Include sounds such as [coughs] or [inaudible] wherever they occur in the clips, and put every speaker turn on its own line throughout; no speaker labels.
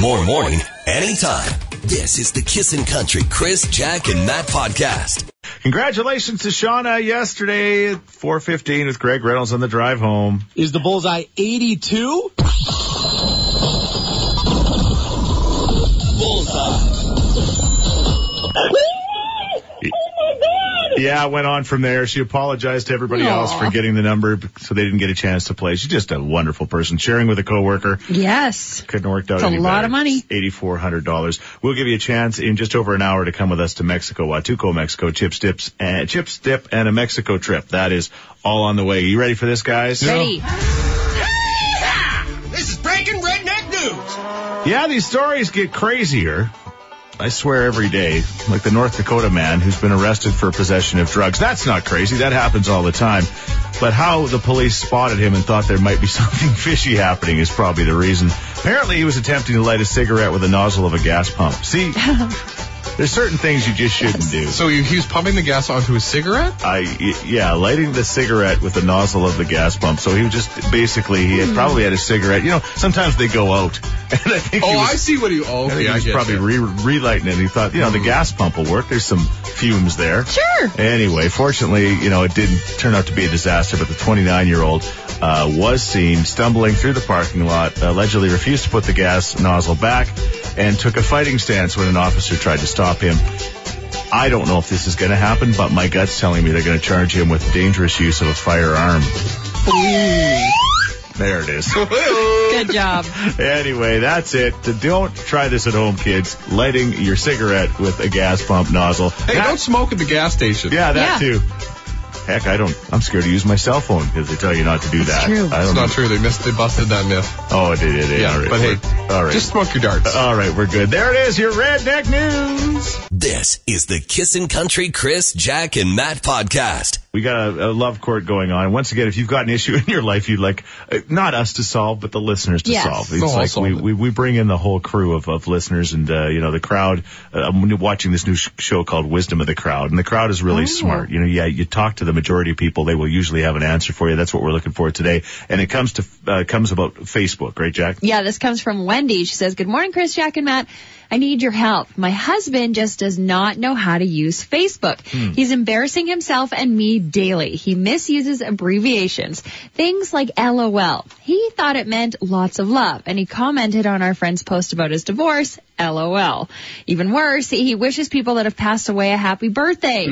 More morning, anytime. This is the Kissin' Country Chris, Jack, and Matt podcast.
Congratulations to Shauna yesterday at 4:15 with Greg Reynolds on the drive home.
Is the bullseye 82?
Yeah, it went on from there. She apologized to everybody else for getting the number, so they didn't get a chance to play. She's just a wonderful person, sharing with a coworker.
Yes.
Couldn't have worked out.
It's a
any
lot
better.
of money.
Eighty four hundred dollars. We'll give you a chance in just over an hour to come with us to Mexico, Huatuco, Mexico, chips, dips, and chips, dip, and a Mexico trip. That is all on the way. You ready for this, guys?
Ready.
This is breaking redneck news.
Yeah, these stories get crazier. I swear every day, like the North Dakota man who's been arrested for possession of drugs. That's not crazy. That happens all the time. But how the police spotted him and thought there might be [laughs] something fishy happening is probably the reason. Apparently he was attempting to light a cigarette with a nozzle of a gas pump. See, there's certain things you just shouldn't do.
So Oh, he, he was pumping the gas onto his cigarette?
I y- yeah, lighting the cigarette with the nozzle of the gas pump. So he was just basically he had probably had a cigarette. You know, sometimes they go out, [laughs] and I think he
Oh,
was,
I see what he. Oh, [laughs]
I think
okay,
he
I
was
get
probably
you. Hmm.
re- relighting it. He thought, you know, the gas pump will work. There's some fumes there.
Sure.
Anyway, fortunately, you know, it didn't turn out to be a disaster, but the 29 year old uh, was seen stumbling through the parking lot, allegedly refused to put the gas nozzle back, and took a fighting stance when an officer tried to stop him. I don't know if this is going to happen, but my gut's telling me they're going to charge him with dangerous use of a firearm. There it is.
Good job.
Anyway, that's it. Don't try this at home, kids. Lighting your cigarette with a gas pump nozzle.
Hey,
That-
don't smoke at the gas station.
yeah, that
Yeah.
too. Heck, I don't. I'm scared to use my cell phone because they tell you not to do that.
true.
I
It's
don't.
not true. They missed. They busted that myth.
oh, it did it.
Yeah,
all right,
but hey,
we're- all right, Uh,
just smoke your darts.
all right, we're good. There it is. Your redneck news.
This is the Kissin' Country Chris, Jack, and Matt podcast.
We got a, a love court going on. Once again, if you've got an issue [laughs] in your life, you'd like uh, not us to solve, but the listeners to
Yes.
solve. It's
No, I'll
like
solve
we,
it.
we we bring in the whole crew of, of listeners and uh, you know the crowd. Uh, I'm watching this new sh- show called Wisdom of the Crowd, and the crowd is really smart. You know, yeah, you talk to the majority of people, they will usually have an answer for you. That's what we're looking for today, and it comes to uh, comes about Facebook, right, Jack?
Yeah, this comes from Wendy. She says, Good morning, Chris, Jack, and Matt. I need your help. My husband just does not know how to use Facebook. He's embarrassing himself and me daily. He misuses abbreviations. Things like LOL. He thought it meant lots of love, and he commented on our friend's post about his divorce, LOL. Even worse, he wishes people that have passed away a happy birthday.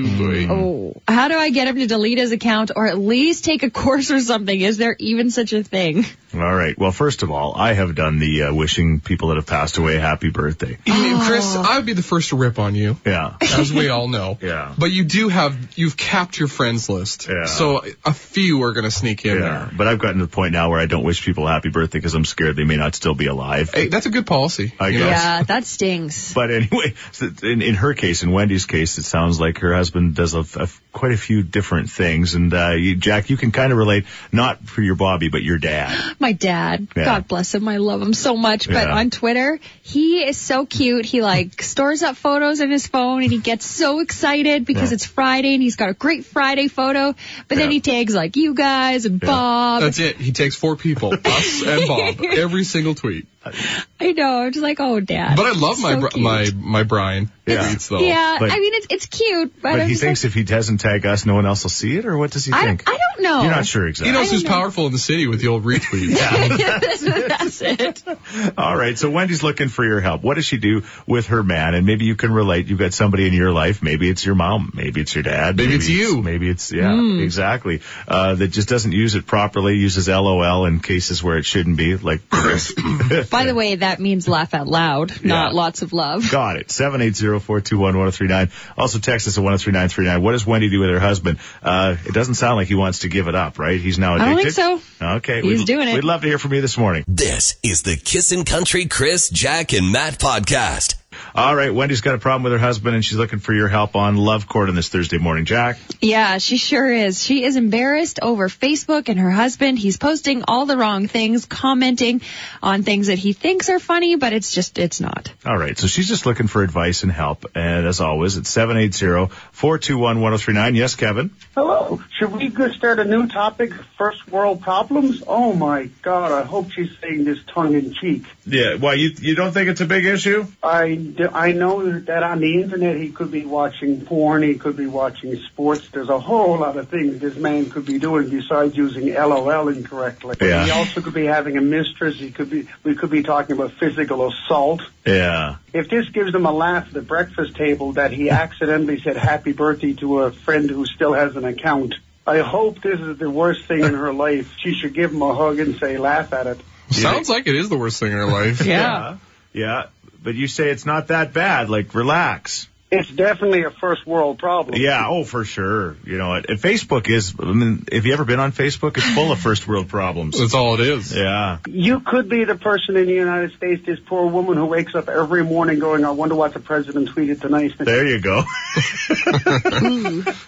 Oh, how do I get him to delete his account or at least take a course or something? Is there even such a thing?
All right. Well, first of all, I have done the uh, wishing people that have passed away happy birthday.
You- Chris,
Oh.
I would be the first to rip on you,
Yeah.
as we all know.
[laughs] Yeah.
But you do have you've capped your friends list.
Yeah.
So a few are gonna sneak in
Yeah,
there.
but I've gotten to the point now where I don't wish people a happy birthday because I'm scared they may not still be alive.
Hey, that's a good policy.
I
you
guess.
know?
Yeah, that stings.
But anyway, so in, in her case, in Wendy's case, it sounds like her husband does a, a- quite a few different things. And uh, you, Jack, you can kind of relate, not for your Bobby, but your dad.
My dad,
Yeah.
God bless him, I love him so much. But
Yeah.
on Twitter, he is so cute.
[laughs]
He like stores up photos on his phone and he gets so excited because
Yeah.
it's Friday and he's got a great Friday photo. But then
Yeah.
he tags like you guys and Bob.
That's it. He takes four people, us
[laughs]
and Bob, every single tweet.
I know. I'm just like, oh, dad.
But I love
So
my br-
cute.
my my Brian
Yeah.
tweets though.
Yeah,
But-
I mean it's it's cute, but,
But
I'm
he
just
thinks
like,
if he doesn't tag us, no one else will see it, or what does he
I,
think?
I don't know.
You're not sure [laughs] exactly.
He knows
I
who's
don't know.
powerful in the city with the old retweet.
[laughs]
[laughs]
That's it.
All right, so Wendy's looking for your help. What does she do with her man? And maybe you can relate. You've got somebody in your life. Maybe it's your mom. Maybe it's your dad.
Maybe it's you.
Maybe it's yeah,
Hmm.
exactly. Uh, that just doesn't use it properly. Uses LOL in cases where it shouldn't be. Like Chris.
[coughs] By the way, that means laugh out loud, not lots of love.
Got it. 780-421-1039. Also text us at 103939. What does Wendy do with her husband? Uh, it doesn't sound like he wants to give it up, right? He's now addicted.
don't think so.
Okay.
He's
we'd,
doing it.
We'd love to hear from you this morning.
This is the Kissin' Country Chris, Jack, and Matt podcast.
All right. Wendy's got a problem with her husband and she's looking for your help on Love Court on this Thursday morning. Jack.
Yeah, she sure is. She is embarrassed over Facebook and her husband. He's posting all the wrong things, commenting on things that he thinks are funny, but it's just, it's not.
All right. So she's just looking for advice and help. And as always, it's 780-421-1039. Yes, Kevin.
Hello. Should we go start a new topic, first world problems? Oh my God, I hope she's saying this tongue in cheek.
Yeah. Why you you don't think it's a big issue?
I, d- I know that on the internet he could be watching porn, he could be watching sports. There's a whole lot of things this man could be doing besides using LOL incorrectly.
Yeah.
He also could be having a mistress. He could be, we could be talking about physical assault.
Yeah.
If this gives him a laugh at the breakfast table that he accidentally said happy birthday to a friend who still has an account, I hope this is the worst thing in her life. She should give him a hug and say laugh at it.
Sounds like it is the worst thing in her life.
Yeah. Yeah. But you say it's not that bad. Like relax.
It's definitely a first world problem.
Yeah, oh for sure. You know, it, and Facebook is. I mean, if you ever been on Facebook, it's full of first world problems.
That's all it is.
Yeah,
You could be the person in the United States, this poor woman who wakes up every morning going, I wonder what the president tweeted tonight.
there you go.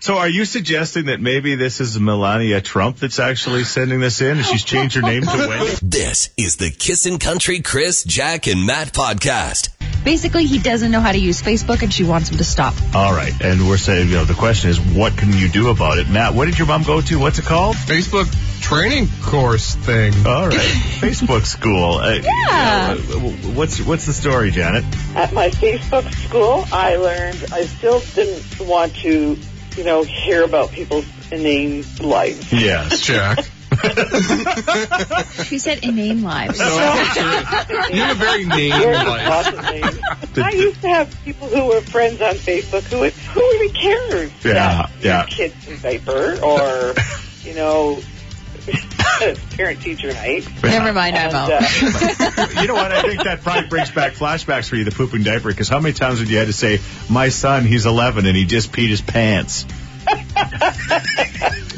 so, are you suggesting that maybe this is Melania Trump that's actually sending this in, and she's changed her name to Wendy?
This is the Kissin' Country Chris, Jack, and Matt podcast.
Basically, he doesn't know how to use Facebook and she wants him to stop.
All right, and we're saying, you know, the question is, what can you do about it, Matt? What did your mom go to? What's it called?
Facebook training course thing.
All [laughs] right, Facebook school. Uh, yeah. What's what's the story, Janet?
At my Facebook school, I learned I still didn't want to, you know, hear about people's inane lives.
Yes.
[laughs] Jack.
She said inane lives.
No, [laughs] that's not [laughs] true. You have a very name
There's
life.
lots of names.
[laughs]
I used to have people who were friends on Facebook who would, who even cares?
Yeah,
that their
yeah.
Kids in diaper or, you know, [laughs] parent teacher night.
Never mind, I'm
And,
out.
uh,
you know what? I think that probably brings back flashbacks for you, the pooping diaper, because how many times have you had to say, my son, he's 11 and he just peed his pants?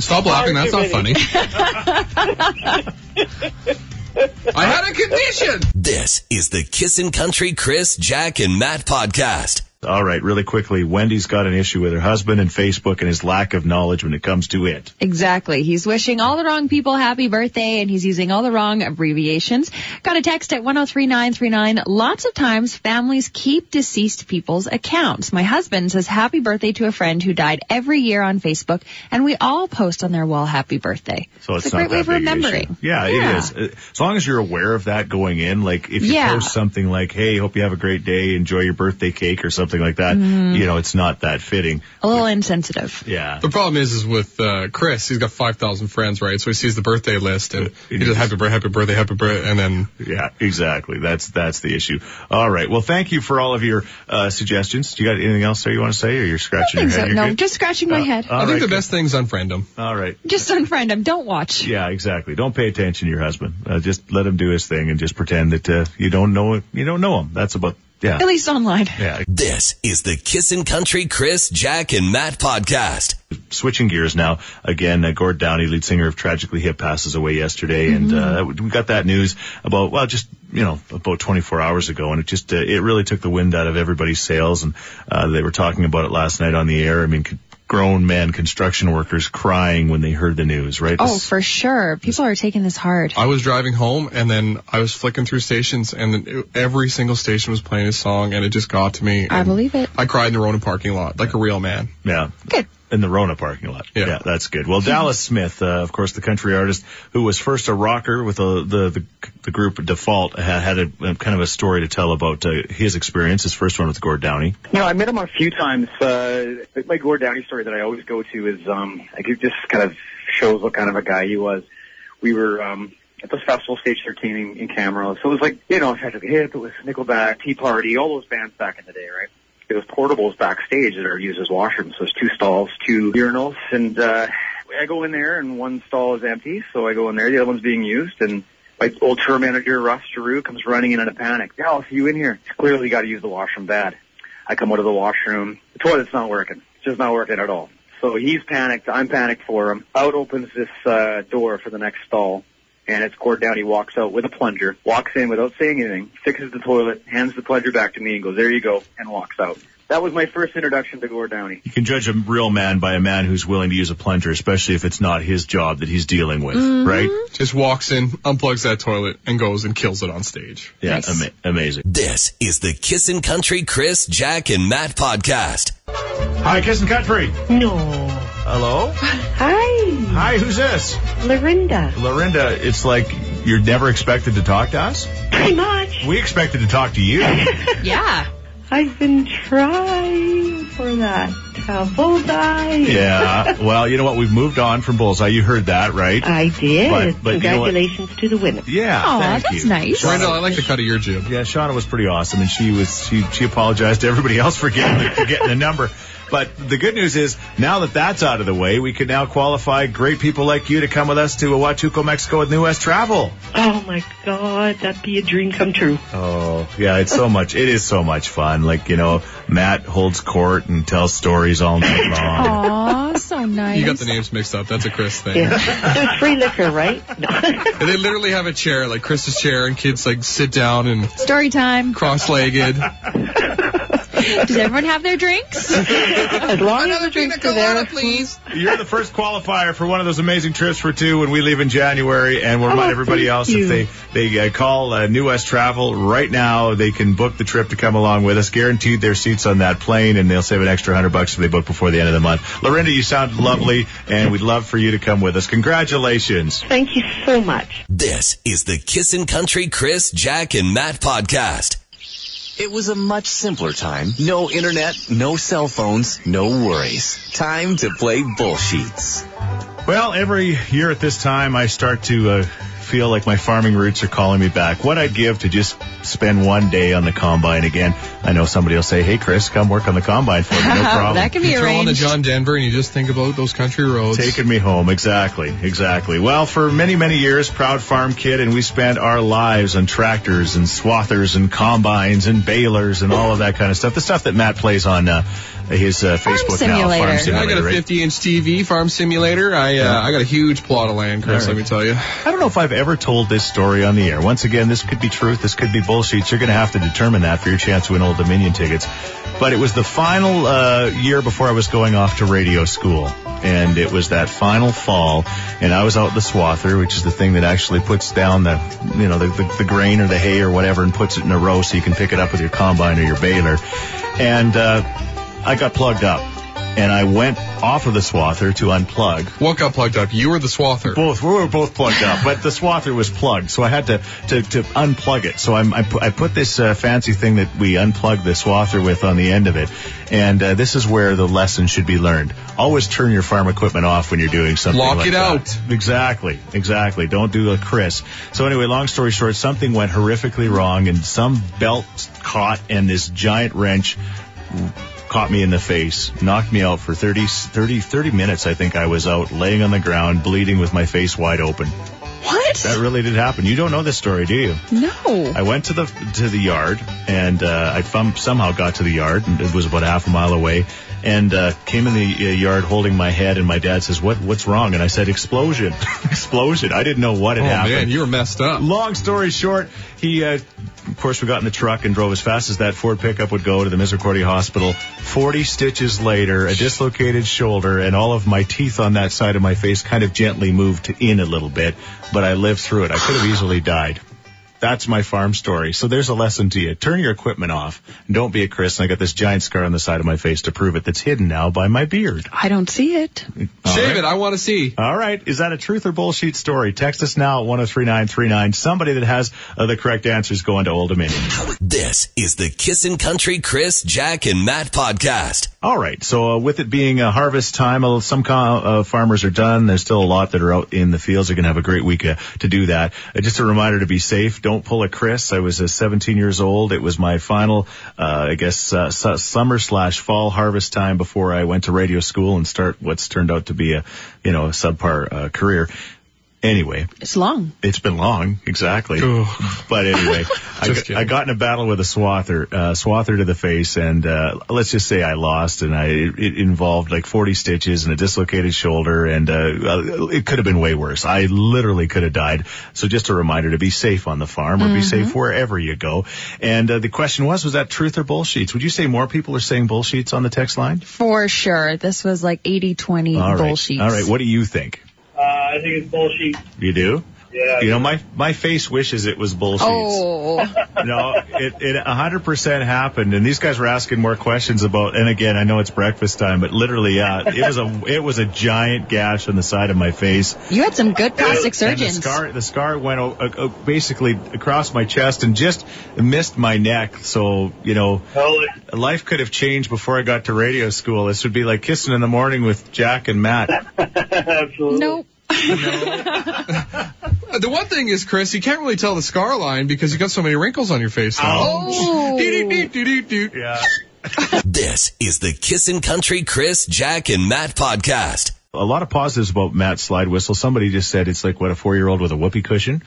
Stop laughing. That's not funny. [laughs] I had a condition.
This is the Kissin' Country Chris, Jack, and Matt podcast.
All right, really quickly, Wendy's got an issue with her husband and Facebook and his lack of knowledge when it comes to it.
Exactly. He's wishing all the wrong people happy birthday and he's using all the wrong abbreviations. Got a text at 103939. Lots of times families keep deceased people's accounts. My husband says happy birthday to a friend who died every year on Facebook and we all post on their wall happy birthday.
So it's,
a great
not
way
that
of
big an
remembering.
issue. Yeah, it is. Uh, As long as you're aware of that going in, like if you
Yeah.
post something like, hey, hope you have a great day, enjoy your birthday cake or something like that,
Mm-hmm.
you know, it's not that fitting.
A little insensitive.
Yeah.
The problem is, is with uh, Chris, he's got 5,000 friends, right? So he sees the birthday list and he does happy birthday, happy birthday, happy birthday, and then
Yeah, exactly. That's that's the issue. All right. Well, thank you for all of your uh, suggestions. You got anything else there you want to say, or you're scratching
I
your
think
head?
so.
You're
No,
good? Uh,
just scratching my head.
All
I think
right,
the best thing is unfriend him.
All right.
just unfriend him. Don't watch.
Yeah, exactly. Don't pay attention to your husband. Uh, just let him do his thing and just pretend that uh, you don't know you don't know him. That's about yeah.
At least online.
Yeah,
This is the Kissin' Country Chris, Jack, and Matt podcast.
switching gears now. Again, uh, Gord Downey, lead singer of Tragically Hip, passes away yesterday, and uh, we got that news about well, just you know, about 24 hours ago, and it just uh, it really took the wind out of everybody's sails, and uh, they were talking about it last night on the air. I mean. c- Grown men, construction workers crying when they heard the news, right?
Oh,
This-
for sure. People are taking this hard.
I was driving home and then I was flicking through stations and then it- every single station was playing his song and it just got to me.
I
and
believe it.
I cried in the Rona parking lot like a real man.
yeah.
Good.
in the Rona parking lot.
Yeah.
that's good. Well, Dallas Smith, uh, of course, the country artist who was first a rocker with the the, the, the group Default, had, had a, a kind of a story to tell about uh, his experience. His first one with Gord Downey.
No, I met him a few times. Uh, my Gore Downey story that I always go to is, um, I think it just kind of shows what kind of a guy he was. We were, um, at this festival, Stage 13 in, in Camera. So it was like, you know, Tragically Hip, it was Nickelback, Tea Party, all those bands back in the day, right? It was portables backstage that are used as washrooms. So there's two stalls, two urinals, and, uh, I go in there and one stall is empty, so I go in there, the other one's being used, and my old tour manager, Ross Giroux, comes running in in a panic. Dallas, are you in here? Clearly got to use the washroom bad. I come out of the washroom. The toilet's not working. It's just not working at all. So he's panicked. I'm panicked for him. Out opens this uh, door for the next stall, and it's Gord Downey walks out with a plunger, walks in without saying anything, fixes the toilet, hands the plunger back to me, and goes, "There you go," and walks out. That was my first introduction to Gord Downey.
You can judge a real man by a man who's willing to use a plunger, especially if it's not his job that he's dealing with, right?
Just walks in, unplugs that toilet and goes and kills it on stage.
Yeah,
Nice.
ama- amazing.
This is the Kissin' Country Chris, Jack, and Matt podcast.
Hi, Kiss and Country.
No.
Hello.
Hi.
Hi, who's this?
Lorinda.
Lorinda, it's like you're never expected to talk to us.
Pretty much.
We expected to talk to you.
Yeah.
I've been trying for that uh, bullseye.
[laughs] yeah. Well, you know what? We've moved on from Bullseye. You heard that, right?
I did.
But- but you know what?
Congratulations to the winner.
yeah.
Uh, Aw,
thank
that's
you.
nice.
Shauna-
Randall, I like the cut of your jib.
Yeah, Shauna was pretty awesome, and she was she she apologized to everybody else for getting the, for getting the number. But the good news is now that that's out of the way, we can now qualify great people like you to come with us to Huatuco, Mexico with New West Travel.
Oh my God, that'd be a dream come true.
Oh, yeah, it's so much. It is so much fun. Like you know, Matt holds court and tells stories all night long.
Aw, so nice.
You got the names mixed up. That's a Chris thing.
Yeah. There's free liquor, right?
[laughs]
No.
And they literally have a chair, like Chris's chair, and kids like sit down and
Story time.
cross-legged.
Does everyone have their drinks?
as long as the drinks are there.
please.
You're the first qualifier for one of those amazing trips for two when we leave in January, and we'll remind everybody
Oh, thank
else
you.
if they they uh, call uh, New West Travel right now, they can book the trip to come along with us. Guaranteed their seats on that plane, and they'll save an extra hundred bucks if they book before the end of the month. Lorinda, you sound lovely, and we'd love for you to come with us. Congratulations!
Thank you so much.
This is the Kissin' Country Chris, Jack, and Matt podcast.
It was a much simpler time. No internet, no cell phones, no worries. Time to play bullsheets.
Well, every year at this time, I start to uh, feel like my farming roots are calling me back. What I'd give to just spend one day on the combine again. I know somebody will say, "Hey, Chris, come work on the combine for me."
[laughs]
No problem.
Oh, that can be
You throw on the
arranged.
John Denver and you just think about those country roads.
Taking me home, exactly, exactly. Well, for many, many years, proud farm kid, and we spent our lives on tractors and swathers and combines and balers and all of that kind of stuff. The stuff that Matt plays on uh, his uh, Facebook now,
Simulator.
Farm
Yeah, I
Simulator.
got a
right?
50-inch TV, farm simulator. I uh, I got a huge plot of land, Chris.
All right.
Let me tell you.
I don't know if I've ever told this story on the air. Once again, this could be truth, this could be bullshit. You're going to have to determine that for your chance to win Old Dominion tickets. But it was the final uh, year before I was going off to radio school. And it was that final fall, and I was out the swather, which is the thing that actually puts down the, you know, the, the, the grain or the hay or whatever, and puts it in a row so you can pick it up with your combine or your baler. And uh, I got plugged up, and I went off of the swather to unplug,
What got plugged up? You were the swather.
both. We were both plugged up, but the swather was plugged, so I had to to, to unplug it. So I'm, I, pu- I put this uh, fancy thing that we unplug the swather with on the end of it, and uh, this is where the lesson should be learned. Always turn your farm equipment off when you're doing something.
Lock
like
it
that.
out.
Exactly, exactly. Don't do a Chris. So anyway, long story short, something went horrifically wrong, and some belt caught, and this giant wrench caught me in the face, knocked me out for 30, 30, 30 minutes. I think I was out laying on the ground, bleeding with my face wide open. That
What?
really did happen. You don't know this story, do you?
No.
I went to the to the yard, and uh, I fum- somehow got to the yard. And it was about a half a mile away, and uh, came in the uh, yard holding my head. And my dad says, "What? What's wrong?" And I said, "Explosion! [laughs] Explosion!" I didn't know what
oh
had happened.
man, you were messed up.
Long story short, he, uh, of course, we got in the truck and drove as fast as that Ford pickup would go to the Misericordia Hospital. 40 stitches later, a dislocated shoulder, and all of my teeth on that side of my face kind of gently moved in a little bit, but I lived through it. I could have easily died. That's my farm story. So there's a lesson to you. Turn your equipment off. and Don't be a Chris. And I got this giant scar on the side of my face to prove it that's hidden now by my beard.
I don't see it.
Shave it. I want to see.
All right. Is that a truth or bullshit story? Text us now at 103939. Somebody that has uh, the correct answers going to Old Dominion.
This is the Kissin' Country Chris, Jack, and Matt podcast.
All right. So uh, with it being uh, harvest time, uh, some co- uh, farmers are done. There's still a lot that are out in the fields. They're going to have a great week uh, to do that. Uh, just a reminder to be safe. Don't pull a Chris. I was uh, 17 years old. It was my final, uh, I guess, uh, su- summer slash fall harvest time before I went to radio school and start what's turned out to be a, you know, a subpar uh, career. Anyway,
It's long.
it's been long, exactly. But
[laughs]
anyway, I,
Just
got-
kidding.
I got in a battle with a swather, uh, swather to the face, and uh, let's just say I lost, and I it involved like 40 stitches and a dislocated shoulder, and uh, it could have been way worse. I literally could have died. So just a reminder to be safe on the farm, or be safe wherever you go. And uh, the question was, was that truth or bullshits? Would you say more people are saying bullshits on the text line?
For sure. This was like 80 20
All right,
bullshit.
all right. What do you think?
Uh, I think it's bullshit.
You do? Yeah. You know, my my face wishes it was bullshit.
Oh.
No, it it 100% happened, and these guys were asking more questions about. And again, I know it's breakfast time, but literally, yeah, it was a it was a giant gash on the side of my face.
You had some good plastic
And
surgeons.
the scar, the scar went o- o- o- basically across my chest and just missed my neck. So you know, life could have changed before I got to radio school. This would be like kissing in the morning with Jack and Matt.
Absolutely.
Nope.
Uh, The one thing is, Chris, you can't really tell the scar line because you got so many wrinkles on your face. now.
Oh. [laughs] Yeah.
This is the Kissin' Country Chris, Jack, and Matt podcast.
A lot of positives about Matt's slide whistle. Somebody just said it's like what a four-year-old with a whoopee
[laughs]
cushion.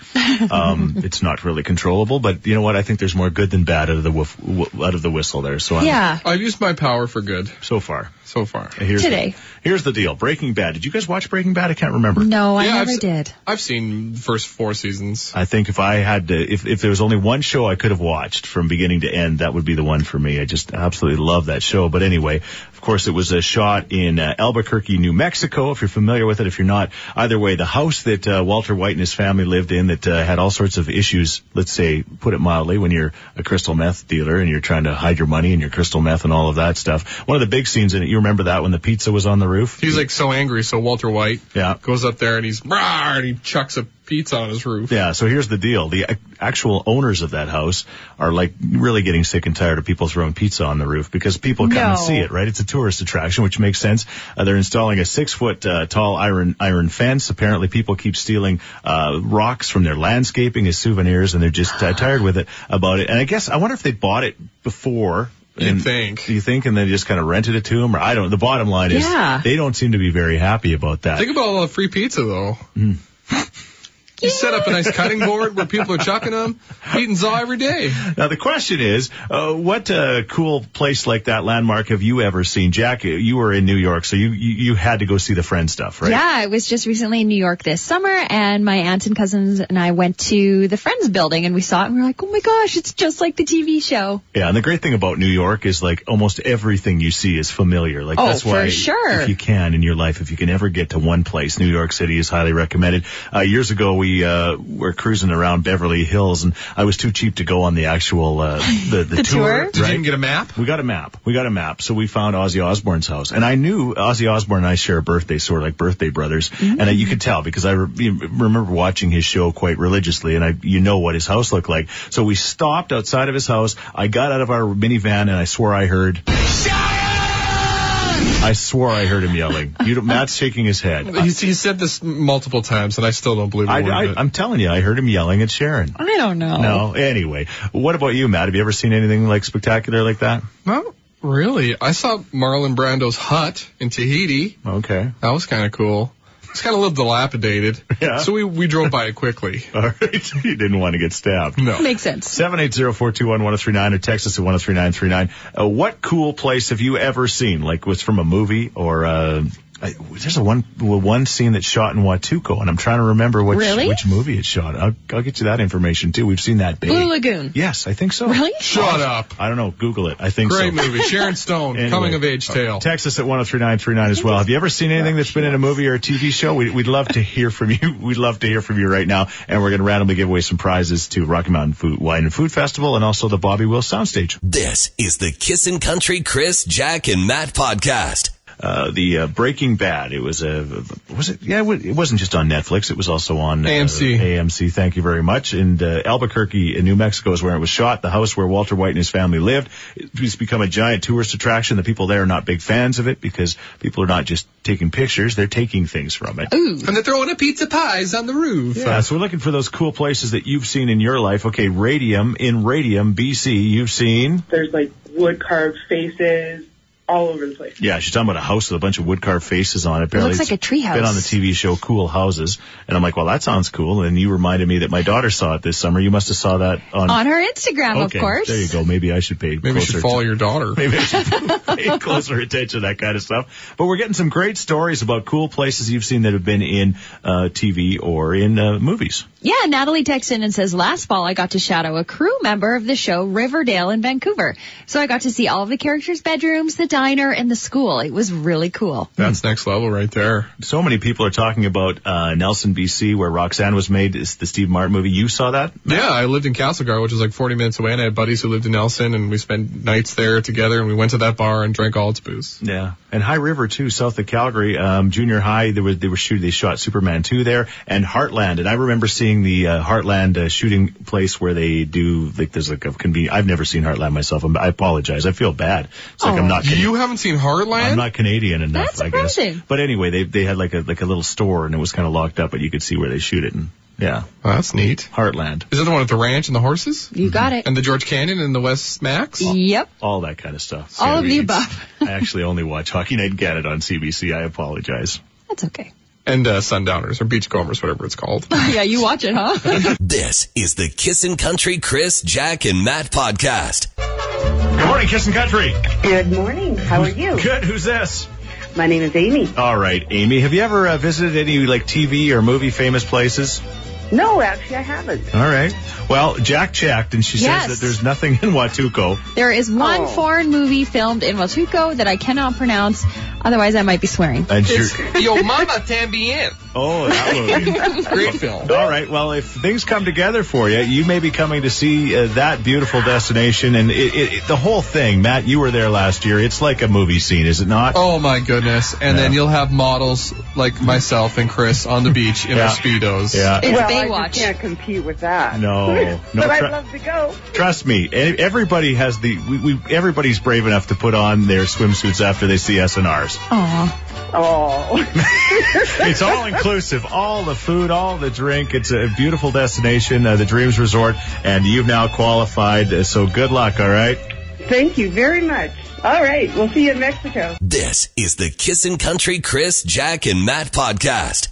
Um, it's not really controllable, but you know what? I think there's more good than bad out of the woof, w- out of the whistle there. So I'm,
yeah.
I've used my power for good
so far.
so far.
Here's
Today.
The, here's the deal. Breaking Bad. Did you guys watch Breaking Bad? I can't remember.
No, I
Yeah, I've
never
s-
did.
I've seen the first four seasons.
I think if I had to, if, if there was only one show I could have watched from beginning to end, that would be the one for me. I just absolutely love that show. But anyway, of course, it was a shot in uh, Albuquerque, New Mexico. If you're familiar with it, if you're not, either way, the house that uh, Walter White and his family lived in that uh, had all sorts of issues, let's say, put it mildly, when you're a crystal meth dealer and you're trying to hide your money and your crystal meth and all of that stuff. One of the big scenes in it, you remember that when the pizza was on the roof?
He's like so angry. So Walter White
yeah.
goes up there and he's "Rawr," and he chucks a pizza on his roof.
Yeah, so here's the deal. The ac- actual owners of that house are like really getting sick and tired of people throwing pizza on the roof because people come and
No.
see it, right? It's a tourist attraction, which makes sense. Uh, they're installing a six foot uh, tall iron, iron fence. Apparently people keep stealing, uh, rocks from their landscaping as souvenirs and they're just uh, tired with it about it. And I guess I wonder if they bought it before.
You'd
and-
think.
Do you think? And then just kind of rented it to them or I don't, the bottom line is
Yeah.
they don't seem to be very happy about that.
Think about all the free pizza though.
Mm.
You set up a nice cutting board where people are chucking them, eating zaw every day.
Now the question is, uh, what uh, cool place like that landmark have you ever seen, Jack? You were in New York, so you you, you had to go see the friend stuff, right?
Yeah, I was just recently in New York this summer, and my aunt and cousins and I went to the Friends building, and we saw it, and we were like, oh my gosh, it's just like the TV show.
Yeah, and the great thing about New York is like almost everything you see is familiar. Like
Oh,
that's
for
why
sure.
if you can in your life, if you can ever get to one place, New York City is highly recommended. Uh, years ago, we uh, were cruising around Beverly Hills, and I was too cheap to go on the actual uh, the, the,
[laughs] The tour?
tour
Did you even get a map?
We got a map. We got a map. So we found Ozzy Osbourne's house, and I knew Ozzy Osbourne and I share a birthday, sort of like birthday brothers, and I, you could tell because I re- remember watching his show quite religiously, and I you know what his house looked like. So we stopped outside of his house. I got out of our minivan, and I swore I heard. I swore I heard him yelling. You don't, Matt's shaking his head. I,
He's, he said this multiple times, and I still don't believe a
I,
word
I,
of it.
I'm telling you, I heard him yelling at Sharon.
I don't know.
No, anyway. What about you, Matt? Have you ever seen anything like spectacular like that?
Not really. I saw Marlon Brando's hut in Tahiti.
Okay.
That was kind of cool. It's kind of a little dilapidated.
[laughs] Yeah.
So we, we drove by it quickly.
[laughs] All right. you didn't want to get stabbed.
No.
Makes sense.
780-421-1039 or text us at 103939. Uh, what cool place have you ever seen? Like was from a movie or uh, I, there's a one well, one scene that's shot in Watuco and I'm trying to remember which
Really?
which movie it shot. I'll, I'll get you that information too. We've seen that big.
Blue Lagoon.
Yes, I think so.
Really?
Shut up.
I don't know. Google it. I think so.
Great movie.
[laughs]
Sharon Stone,
Anyway.
coming of age tale.
Text us at 103939 as well. Have you ever seen anything that's been in a movie or a TV show? We, we'd love to hear from you. [laughs] We'd love to hear from you right now. And we're going to randomly give away some prizes to Rocky Mountain Food, Wine and Food Festival and also the Bobby Will Soundstage.
This is the Kissin' Country Chris, Jack, and Matt podcast.
Uh, the uh, Breaking Bad. It was a, was it? Yeah, it wa- it wasn't just on Netflix. It was also on uh,
AMC.
AMC. Thank you very much. And uh, Albuquerque in New Mexico is where it was shot. The house where Walter White and his family lived. It's become a giant tourist attraction. The people there are not big fans of it because people are not just taking pictures; they're taking things from it.
And they're throwing a pizza pies on the roof.
Yeah, so we're looking for those cool places that you've seen in your life. Okay, Radium in Radium, BC, you've seen.
There's like wood carved faces all over the place.
Yeah, she's talking about a house with a bunch of wood carved faces on it. Apparently, it's
looks like a treehouse.
Been on the TV show Cool Houses, and I'm like, well, that sounds cool. And you reminded me that my daughter saw it this summer. You must have saw that on.
On her Instagram,
Okay,
of course.
There you go. Maybe I should pay.
Maybe you
closer
should follow
to-
your daughter.
[laughs] Maybe I should [laughs] pay closer attention to that kind of stuff. But we're getting some great stories about cool places you've seen that have been in uh, TV or in uh, movies.
Yeah, Natalie texts in and says, last fall I got to shadow a crew member of the show Riverdale in Vancouver. So I got to see all of the characters' bedrooms, the diner and the school. It was really cool.
That's next level right there.
So many people are talking about uh, Nelson, BC, where Roxanne was made. Is the Steve Martin movie? You saw that?
Yeah, I lived in Castlegar, which is like 40 minutes away, and I had buddies who lived in Nelson, and we spent nights there together, and we went to that bar and drank all its booze.
Yeah, and High River too, south of Calgary, um, junior high. They were they were shooting. They shot Superman two there, and Heartland. And I remember seeing the uh, Heartland uh, shooting place where they do like there's like a convenient. I've never seen Heartland myself. I'm, I apologize. I feel bad. It's like I'm not. Cana-
You haven't seen Heartland?
I'm not Canadian enough.
Oh, That's
I guess.
surprising.
But anyway, they they had like a like a little store and it was kind of locked up, but you could see where they shoot it. And yeah,
that's neat.
Heartland,
Is that the one with the ranch and the horses?
Mm-hmm.
You got it.
And the George Canyon and the West Max?
Yep.
all that kind of stuff.
All of the
It's-
above.
[laughs] I actually only watch Hockey Night in Canada on CBC. I apologize.
That's okay. [laughs]
And uh, Sundowners or Beachcombers, whatever it's called.
yeah, you watch it, huh?
[laughs]
This is the Kissin' Country Chris, Jack, and Matt podcast.
Good morning, Kissin' Country.
Good morning. How are you?
Good. Who's this?
My name is Amy.
All right, Amy, have you ever uh, visited any like TV or movie famous places?
No, actually, I haven't.
All right. Well, Jack checked, and she
Yes.
says that there's nothing in Watuco.
There is one
Oh.
foreign movie filmed in Watuco that I cannot pronounce. Otherwise, I might be swearing.
And you're-
[laughs] Yo mama tambien.
[laughs] oh, that movie.
[laughs] Great film.
All right. Well, if things come together for you, you may be coming to see uh, that beautiful destination and it, it, it, the whole thing. Matt, you were there last year. It's like a movie scene, is it not?
Oh my goodness. And then you'll have models like myself and Chris on the beach in our
Yeah.
Speedos.
Yeah.
It's
well, I
Baywatch.
just can't compete with that.
No, no.
but I'd
tru-
love to go.
Trust me, e- everybody has the we, we everybody's brave enough to put on their swimsuits after they see SNRs.
Aw.
Oh, [laughs]
It's all inclusive, all the food, all the drink. It's a beautiful destination, uh, the Dreams Resort, and you've now qualified. uh, So good luck, all right?
thank you very much. All right, we'll see you in Mexico.
This is the Kissin' Country Chris, Jack, and Matt podcast.